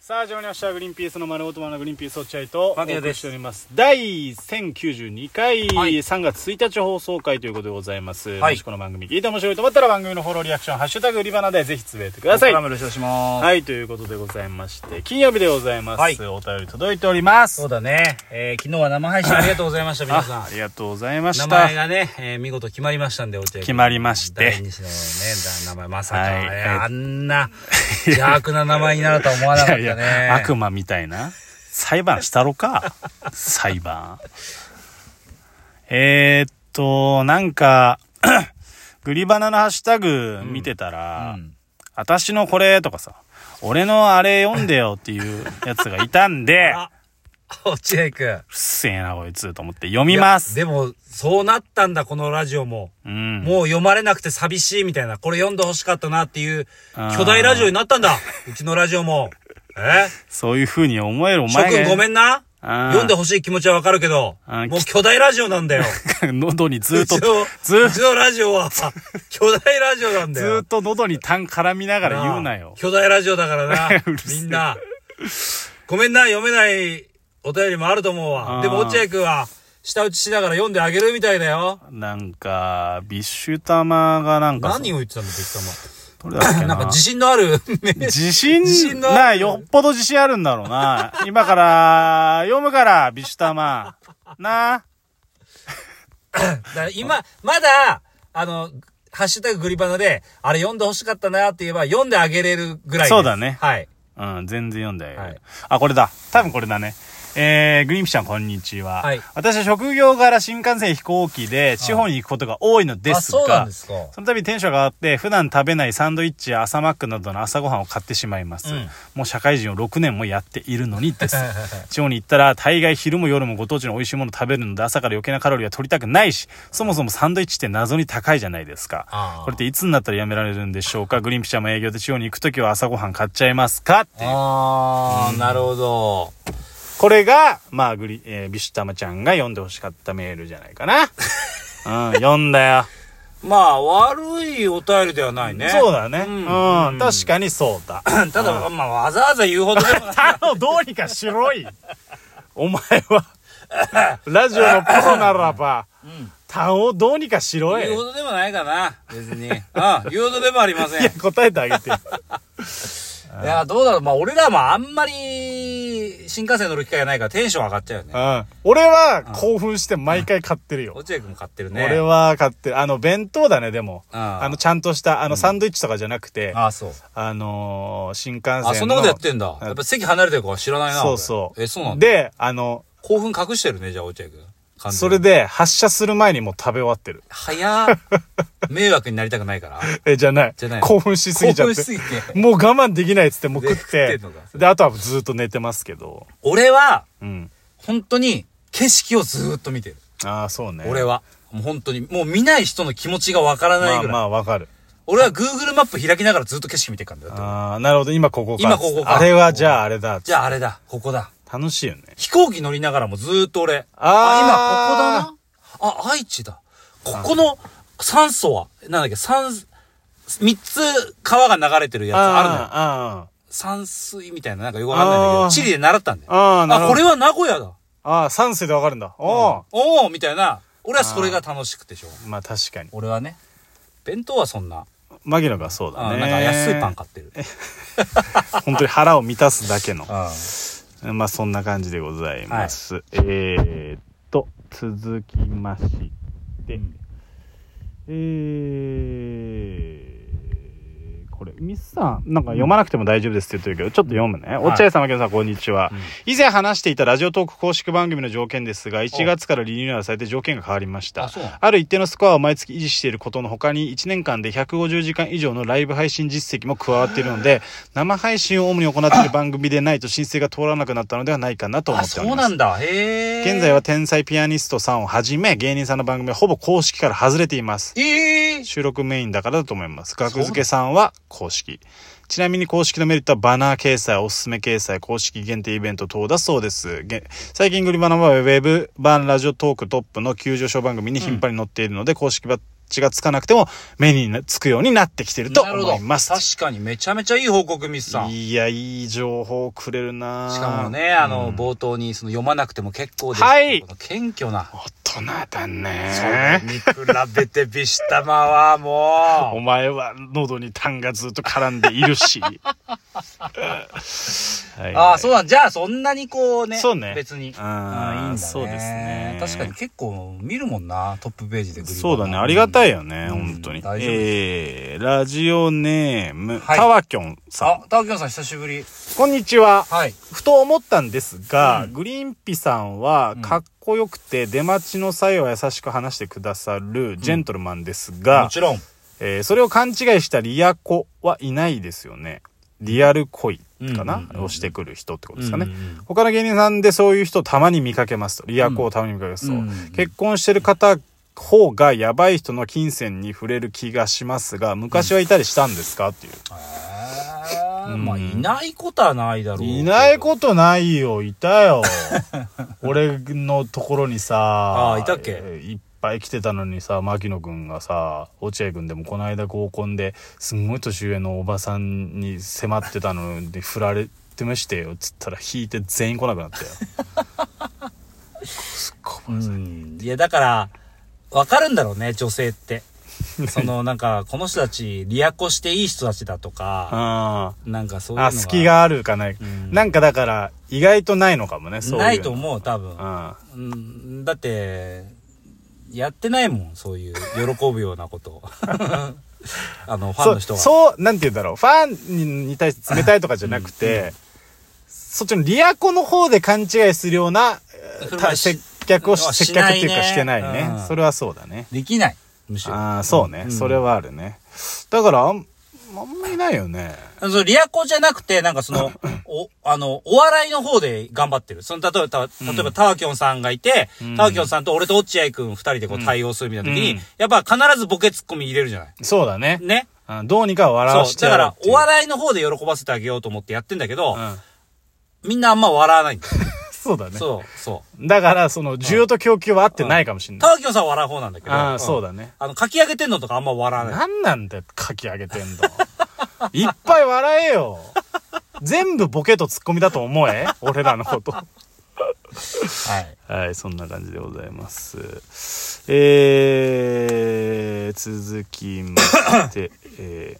さあ始まりました「グリーンピースの丸ごと丸のグリーンピース落合」とお牧野送でりすしております第1092回、はい3月1日放送回ということでございます、はいもしこの番組聞いて面白いと思ったら番組のフォローリアクション「ハッシュタグ売り花」でぜひつぶやいてくださいラムロシします。はいということでございまして金曜日でございます、はいお便り届いておりますそうだね。えー昨日は生配信ありがとうございました、皆さあんあ。りがとうございま名し前たがね、えー見事決まりましたんで、お手決まりまして第二子のね、だ名前まさか、はいいやあんな邪悪な名前になるとは思わなかったね。 いやいや悪魔みたいな裁判したろか裁判えー、っとなんか グリバナのハッシュタグ見てたら「うん私のこれ」とかさ「俺のあれ読んでよ」っていうやつがいたんで あ落合くん。うっせえなこいつと思って読みますでも、そうなったんだ、このラジオも。うんもう読まれなくて寂しいみたいな、これ読んでほしかったなっていう、巨大ラジオになったんだ。うちのラジオも。えそういうふうに思えるお諸前君ごめんな。あー読んでほしい気持ちはわかるけど、あーもう巨大ラジオなんだよ。ん喉にずっと うちのずうちのラジ オは、巨大ラジオなんだずよ。ーっと喉に痰絡みながら言うなあよあ巨大ラジオだからな うるせえみんなごめんな読めないお便りもあると思うああわでも落合君は舌打ちしながら読んであげるみたいだよなんかビッシュ玉がなんか何を言ってたんだビどッれだっけ玉ななんか自信のある ね自信自信のあるない、よっぽど自信あるんだろう な。今から、読むから、ビシュタマ。なだから今まだあの「ハッシュタググリバナ」であれ読んでほしかったなって言えば読んであげれるぐらいですそうだねはいうん、全然読んだよ。はいあ、これだ。多分これだね。えー、グリーンピちゃん、こんにちは。はい私は職業柄新幹線飛行機で地方に行くことが多いのであすが、そうなんですかその度テンションが上がって、普段食べないサンドイッチや朝マックなどの朝ごはんを買ってしまいます。うんもう社会人を6年もやっているのに です。地方に行ったら、大概昼も夜もご当地の美味しいものを食べるので、朝から余計なカロリーは取りたくないし、そもそもサンドイッチって謎に高いじゃないですあかー。これっていつになったらやめられるんでしょうかグリーンピちゃんも営業で地方に行くときは朝ごはん買っちゃいますかっていう。ああ、なるほどこれが、まあ、グリ、えービシュタマちゃんが読んでほしかったメールじゃないかな。うん、読んだよ。まあ悪いお便りではないねそうだね。ううんん、確かにそうだ。 ただ、まあ、わざわざ言うほどで もない。他のどうにかしろい。お前は、ラジオのプロならば、他をどうにかしろい。言うほいどでもないかな。別 に。ああ言うほどでもありません。や、答えてあげ てよ。いや、どうだろう。まあ、俺らもあんまり、新幹線乗る機会がないからテンション上がっちゃうようね。ん。俺は興奮して毎回買ってるよ。落合君も買ってるね。俺。は買ってる。あの、弁当だね、でも。あーあの、ちゃんとした、あの、サンドイッチとかじゃなくて、ああ、そう。あのー、新幹線の。あ、そんなことやってんだ。やっぱ席離れてる子は知らないな。そ俺うそう。え、そうなんだ。で、あの、興奮隠してるね、じゃあ、落合君。完全にそれ。で発射する前にもう食べ終わってる。早っ迷惑になりたくないから。え、じゃない。じゃない興奮しすぎ興ちゃっ奮てし。すぎて。もう我慢できないっつってもう食っでて食ってんのか。で、あとはずっと寝てますけど。俺は、うん。本当に、景色をずーっと見てる。ああ、そうね。俺は。もう本当に、もう見ない人の気持ちがわからまないぐあらい。まあわかる。俺は Google マップ開きながらずっと景色見てるからだよだって。ああ、なるほど。今ここか。今ここかあれはじゃああれだ。じゃああれだ、ここだ。楽しいよね。飛行機乗りながらもずーっとあ俺。ーあ、今ここだな。あ、愛知だ。ここの酸素は、なんだっけ、酸、三つ川が流れてるやつあるのよ。あ山水みたいな、なんかよくわかんないんだけあど、ー地理で習ったんだよ。あーなるほどこれは名古屋だ。あ、ああ、3世でわかるんだ。おおーみたいな。俺はそれが楽しくてしょうがない。お。まあ確かに。俺はね、弁当はそんな、マギノがそうだあね。なんか安いパン買ってる。本当に腹を満たすだけ の。あまあそんな感じでございます。えー、っと、続きまして、えー、これ、ミスさん、なんか読まなくても大丈夫ですって言ってるけど、ちょっと読むね。落合さん、槙野さん、こんにちは、以前話していたラジオトーク公式番組の条件ですが、1月からリニューアルされて条件が変わりましあたそうなの。ある一定のスコアを毎月維持していることの他に、1年間で150時間以上のライブ配信実績も加わっているの で、生配信を主に行っている番組でないと申請が通らなくなったのではないかなと思あ、ってそおりうまなすん。だ。へえ。現在は、天才ピアニストさんをはじめ、芸人さんの番組はほぼ公式から外れています。ええ収録メインだからだと思います。額付けさんは公式。ちなみに公式のメリットはバナー掲載、おすすめ掲載、公式限定イベント等だそうです。げ最近グリバナはウェブ版ラジオトークトップの急上昇番組に頻繁に載っているので、公式バチがつかなくても目になつくようになってきてるとなるほ思いど。ます。確かにめちゃめちゃいい報告、ミスさん。しいや、いい情報をくれるなかもね、あの、うん冒頭にその読まなくても結構です。はい。謙虚な。大人だそれね。に比べてビシタマは おも前は喉に痰がずっと絡んでいる し。はう。いああ、そうなん。じゃあそんなにこうね。そうね別に。あーうんいいんだね。そうですね確かに結構見るもんな、トップページでグリバナ。そうだね。ありがたいよね。うん本当に。大丈夫えー、ラジオネーム、はいたわきょんさん。あ、たわきょんさん久しぶり。こんにちは。はい。ふと思ったんですが、うんグリーンピさんはうんかっこよくて出待ちの際は優しく話してくださるジェントルマンですが、もちろん。えーそれを勘違いしたリアコはいないですよね。リアル恋かな、うんうんうんうんをしてくる人ってことですかね。うんうんうん他の芸人さんでそういう人たまに見かけますと。リアコをたまに見かけますと。うんうんうん結婚してる方方がやばい人の金銭に触れる気がしますが、昔はいたりしたんですかっていう。えーうんまあ、いないことはないだろうけど。いないことないよ、いた よ。俺のところにさ、あーいたっけえーいっぱい来てたのにさ、牧野くんがさ、落合くんでもこの間合コンで、すんごい年上のおばさんに迫ってたのに振られてましてよ、つったら引いて全員来な くなったよ。すっごいうんいや、だから、わかるんだろうね、女性 って。その、なんか、この人たち、リアコしていい人たちだとか、あなんかそういうのあ、隙があるかない。うんなんかだから、意外とないのかもね、そういうの。ないと思う、多分う。ん。うん、だって、やってないもん、そういう、喜ぶよう なこと。 あの、ファンの人は。そうそうなんて言うんだろうファンにに対して冷たいとかじゃなくて、そっちのリアコの方で勘違いするようなえーそれはたし接客をしし接客っていうしなかいねしてないね、うんそれはそうだねできない、むしろ。ああそうね、うんそれはあるねだからあんあんまりないよねそのリアコじゃなくて、なんか その、お、あの、お笑いの方で頑張ってる。その、例えば、た例えば、タワキョンさんがいて、うんタワキョンさんと俺と落合くん二人でこう対応するみたいな時に、うんやっぱ必ずボケツッコミ入れるじゃない。そうだねね。あどうにか笑そわうし。てだやかろらうっ、ていおう笑いの方で喜ばせてあげようと思ってやってんだけど、うん、みんなあんま笑わないんだよ。 そうだねそう、そだからその需要と供給は合ってないかもしれう。なタい、ワキョンさんは笑う方なんだけど。ああそうだ。だねあの、書き上げてんのとかあんま笑わない。なんなんだよ、書き上げてんの。 いっぱい笑えよ。全部ボケとツッコミだと思え俺らのこと。はい。 はい、そんな感じでございます。えー、続きまして、えー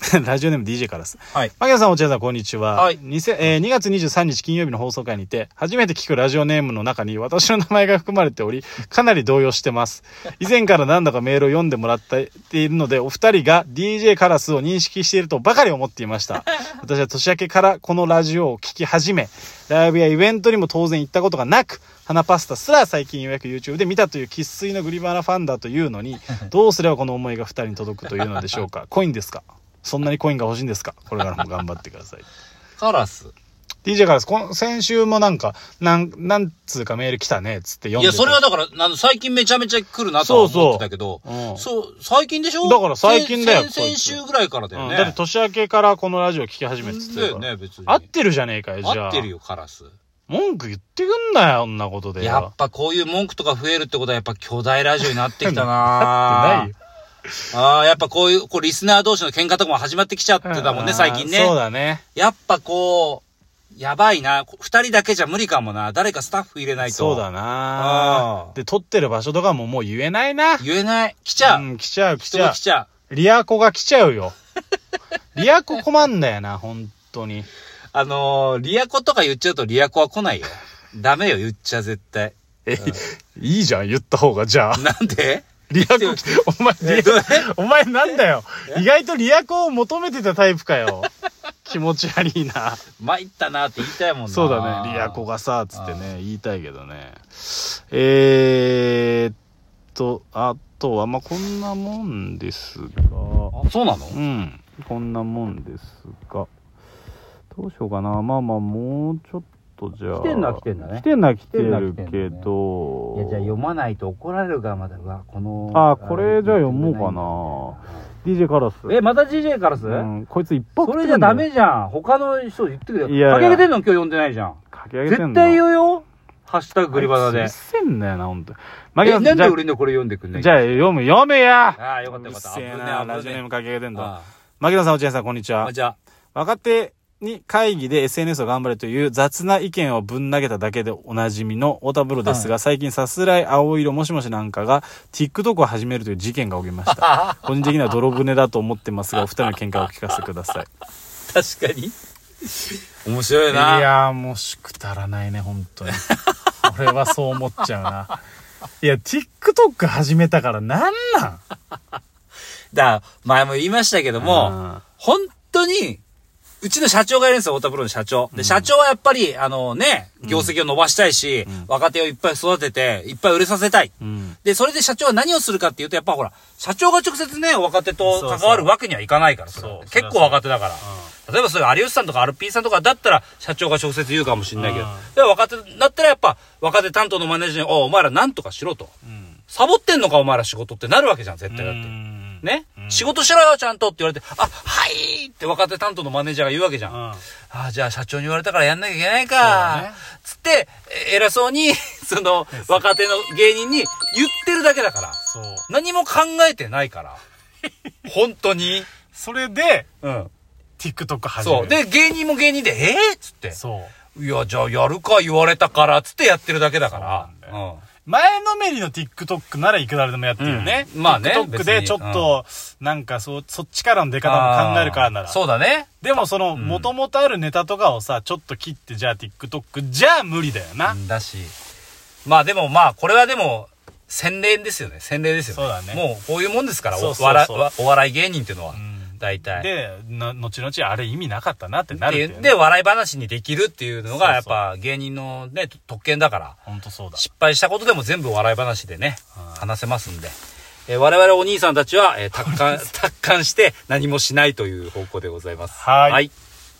ラジオネーム DJ からです。はい。マギさん、落合さん、こんにちは。はいにせえー2月23日金曜日の放送会にて、初めて聞くラジオネームの中に私の名前が含まれており、かなり動揺して ます。以前から何度かメールを読んでもらっているので、お二人が DJ カラスを認識しているとばかり思っていま した。私は年明けからこのラジオを聞き始め、ライブやイベントにも当然行ったことがなく、花パスタすら最近ようやく YouTube で見たという生粋のグリバナファンだというの に、どうすればこの思いが二人に届くというのでしょうか。コインですかそんなにコインが欲しいんですかこれからも頑張ってください。カラス。 DJ からです。この先週もなんか、なん、なんつうかメール来たね、つって読んいでや、たそれはだから、あの、最近めちゃめちゃ来るなとは思ってたけど、そうそううんそう最近でしょだから最近だよ先先先週ぐらいからだようんね。だって年明けからこのラジオ聞き始めてって言ってたかだらよね別に合ってるじゃねえかよ、じゃあ。合ってるよ、カラス。文句言ってくんなよ、こんなことでよ。やっぱこういう文句とか増えるってことはやっぱ巨大ラジオになってき なたないよ。ああ、やっぱこういう、こうリスナー同士の喧嘩とかも始まってきちゃってたもんね、最近ね。あーそうだね。やっぱこう、やばいな。こ二人だけじゃ無理かもな。誰かスタッフ入れないと。そうだあなーで、撮ってる場所とかももう言えないな。言えない。来ちゃう。うん、来ちゃう、来人ちゃがう来。ちゃう。リアコが来ちゃうよ。 リアコ困んだよな、本当に。あのー、リアコとか言っちゃうとリアコは来ないよ。ダメよ、言っちゃ絶対。え、いいじゃん、言った方が、じゃあ。なんでリアコ、お前、リえどれア コ、お前なんだよ。意外とリアコを求めてたタイプか よ。気持ち悪いな。 参ったなって言いたいもんな。 そうだね。リアコ。がさ、つってね、言いたいけどね。えーっと、あとは、まあ、こんなもんですが。あ、そうなのうん、こんなもんですが、どうしようかな。まあまあ、もうちょっとじゃあ。来てんのは来てんだね来てんのは来てる来てけんのど。いや、じゃあ読まないと怒られるがまだ、うわ、この。あこれじゃあ読もうかな DJ カラス。え、また DJ カラス、うん、こいつ一本それじゃダメじゃん。他の人言ってくれよ。いやいやかけてんの今日読んでないじゃん。かき上げてん絶の対言うよ。ハッシュタググリバナうでっ。せんだよな、ほんと。マギえ、さん、なんじでゃ俺のこれ読んでくんなあ、いじゃあ読む、読めやああよかったよかったうせえ危ねな、え危ねえラジオネームかけてんだ。あマギさん、落合さん、こんにちあはあ。じゃ若手に会議で SNS を頑張れという雑な意見をぶん投げただけでおなじみの太田プロですが、最近さすらい青色もしもしなんかが TikTok を始めるという事件が起きま した。個人的には泥船だと思ってますが、お二人の見解をお聞かせください。あ、確かに。 面白いいな。やー、もうしくだらないね、本当に。 俺はそう思っちゃうな。いや、TikTok 始めたからなんなんだから前も言いましたけども、も本当に、うちの社長がいるんですよ、太田プロの社長。で、社長はやっぱり、あのね、業績を伸ばしたいし、若手をいっぱい育てて、いっぱい売れさせたい。うん。うん。で、それで社長は何をするかっていうと、やっぱほら、社長が直接ね、若手と関わるわけにはいかないから、それはそう結構若手だから。例えばそれ有吉さんとかアルピーさんとかだったら、社長が直接言うかもしれないけどうん、で若手だったらやっぱ、若手担当のマネージャーに、おいお前らなんとかしろと。うん。サボってんのかお前ら仕事ってなるわけじゃん、絶対だって。うん。ね、仕事しろよ、ちゃんとって言われて、あ、はいって若手担当のマネージャーが言うわけじゃん。ああ、じゃあ社長に言われたからやんなきゃいけないか。そうだねつって、え偉そうに、 その、若手の芸人に言ってるだけだから。そう。何も考えてないから。 本当に。それで、うん。 TikTok 始める。そう。で、芸人も芸人で、ええっつって。そう。いや、じゃあやるか言われたから、つってやってるだけだかそうら。なんうだん。前のめりの TikTok ならいくらでもやってるよね。うんまあね TikTok でちょっと、なんかそう、そっちからの出方も考えるからなあらー。そうだね。でもその、もともとあるネタとかをさ、ちょっと切って、じゃあ TikTok じゃあ無理だよな。だし。まあでもまあ、これはでも、洗練ですよね。洗練ですよね。そうだねもう、こういうもんですから、そうおそうそう笑いわお笑い芸人っていうのはう。ん大体。で、な、後々あれ意味なかったなってなっるてんいうだよで、ね。笑い話にできるっていうそのうそが、うやっぱ芸人のね、特権だから。ほんとそうだ。失敗したことでも全部笑い話でね、うん話せますんで。えー我々お兄さんたちは、えー達観、達観して何もしないという方向でございます。はいはい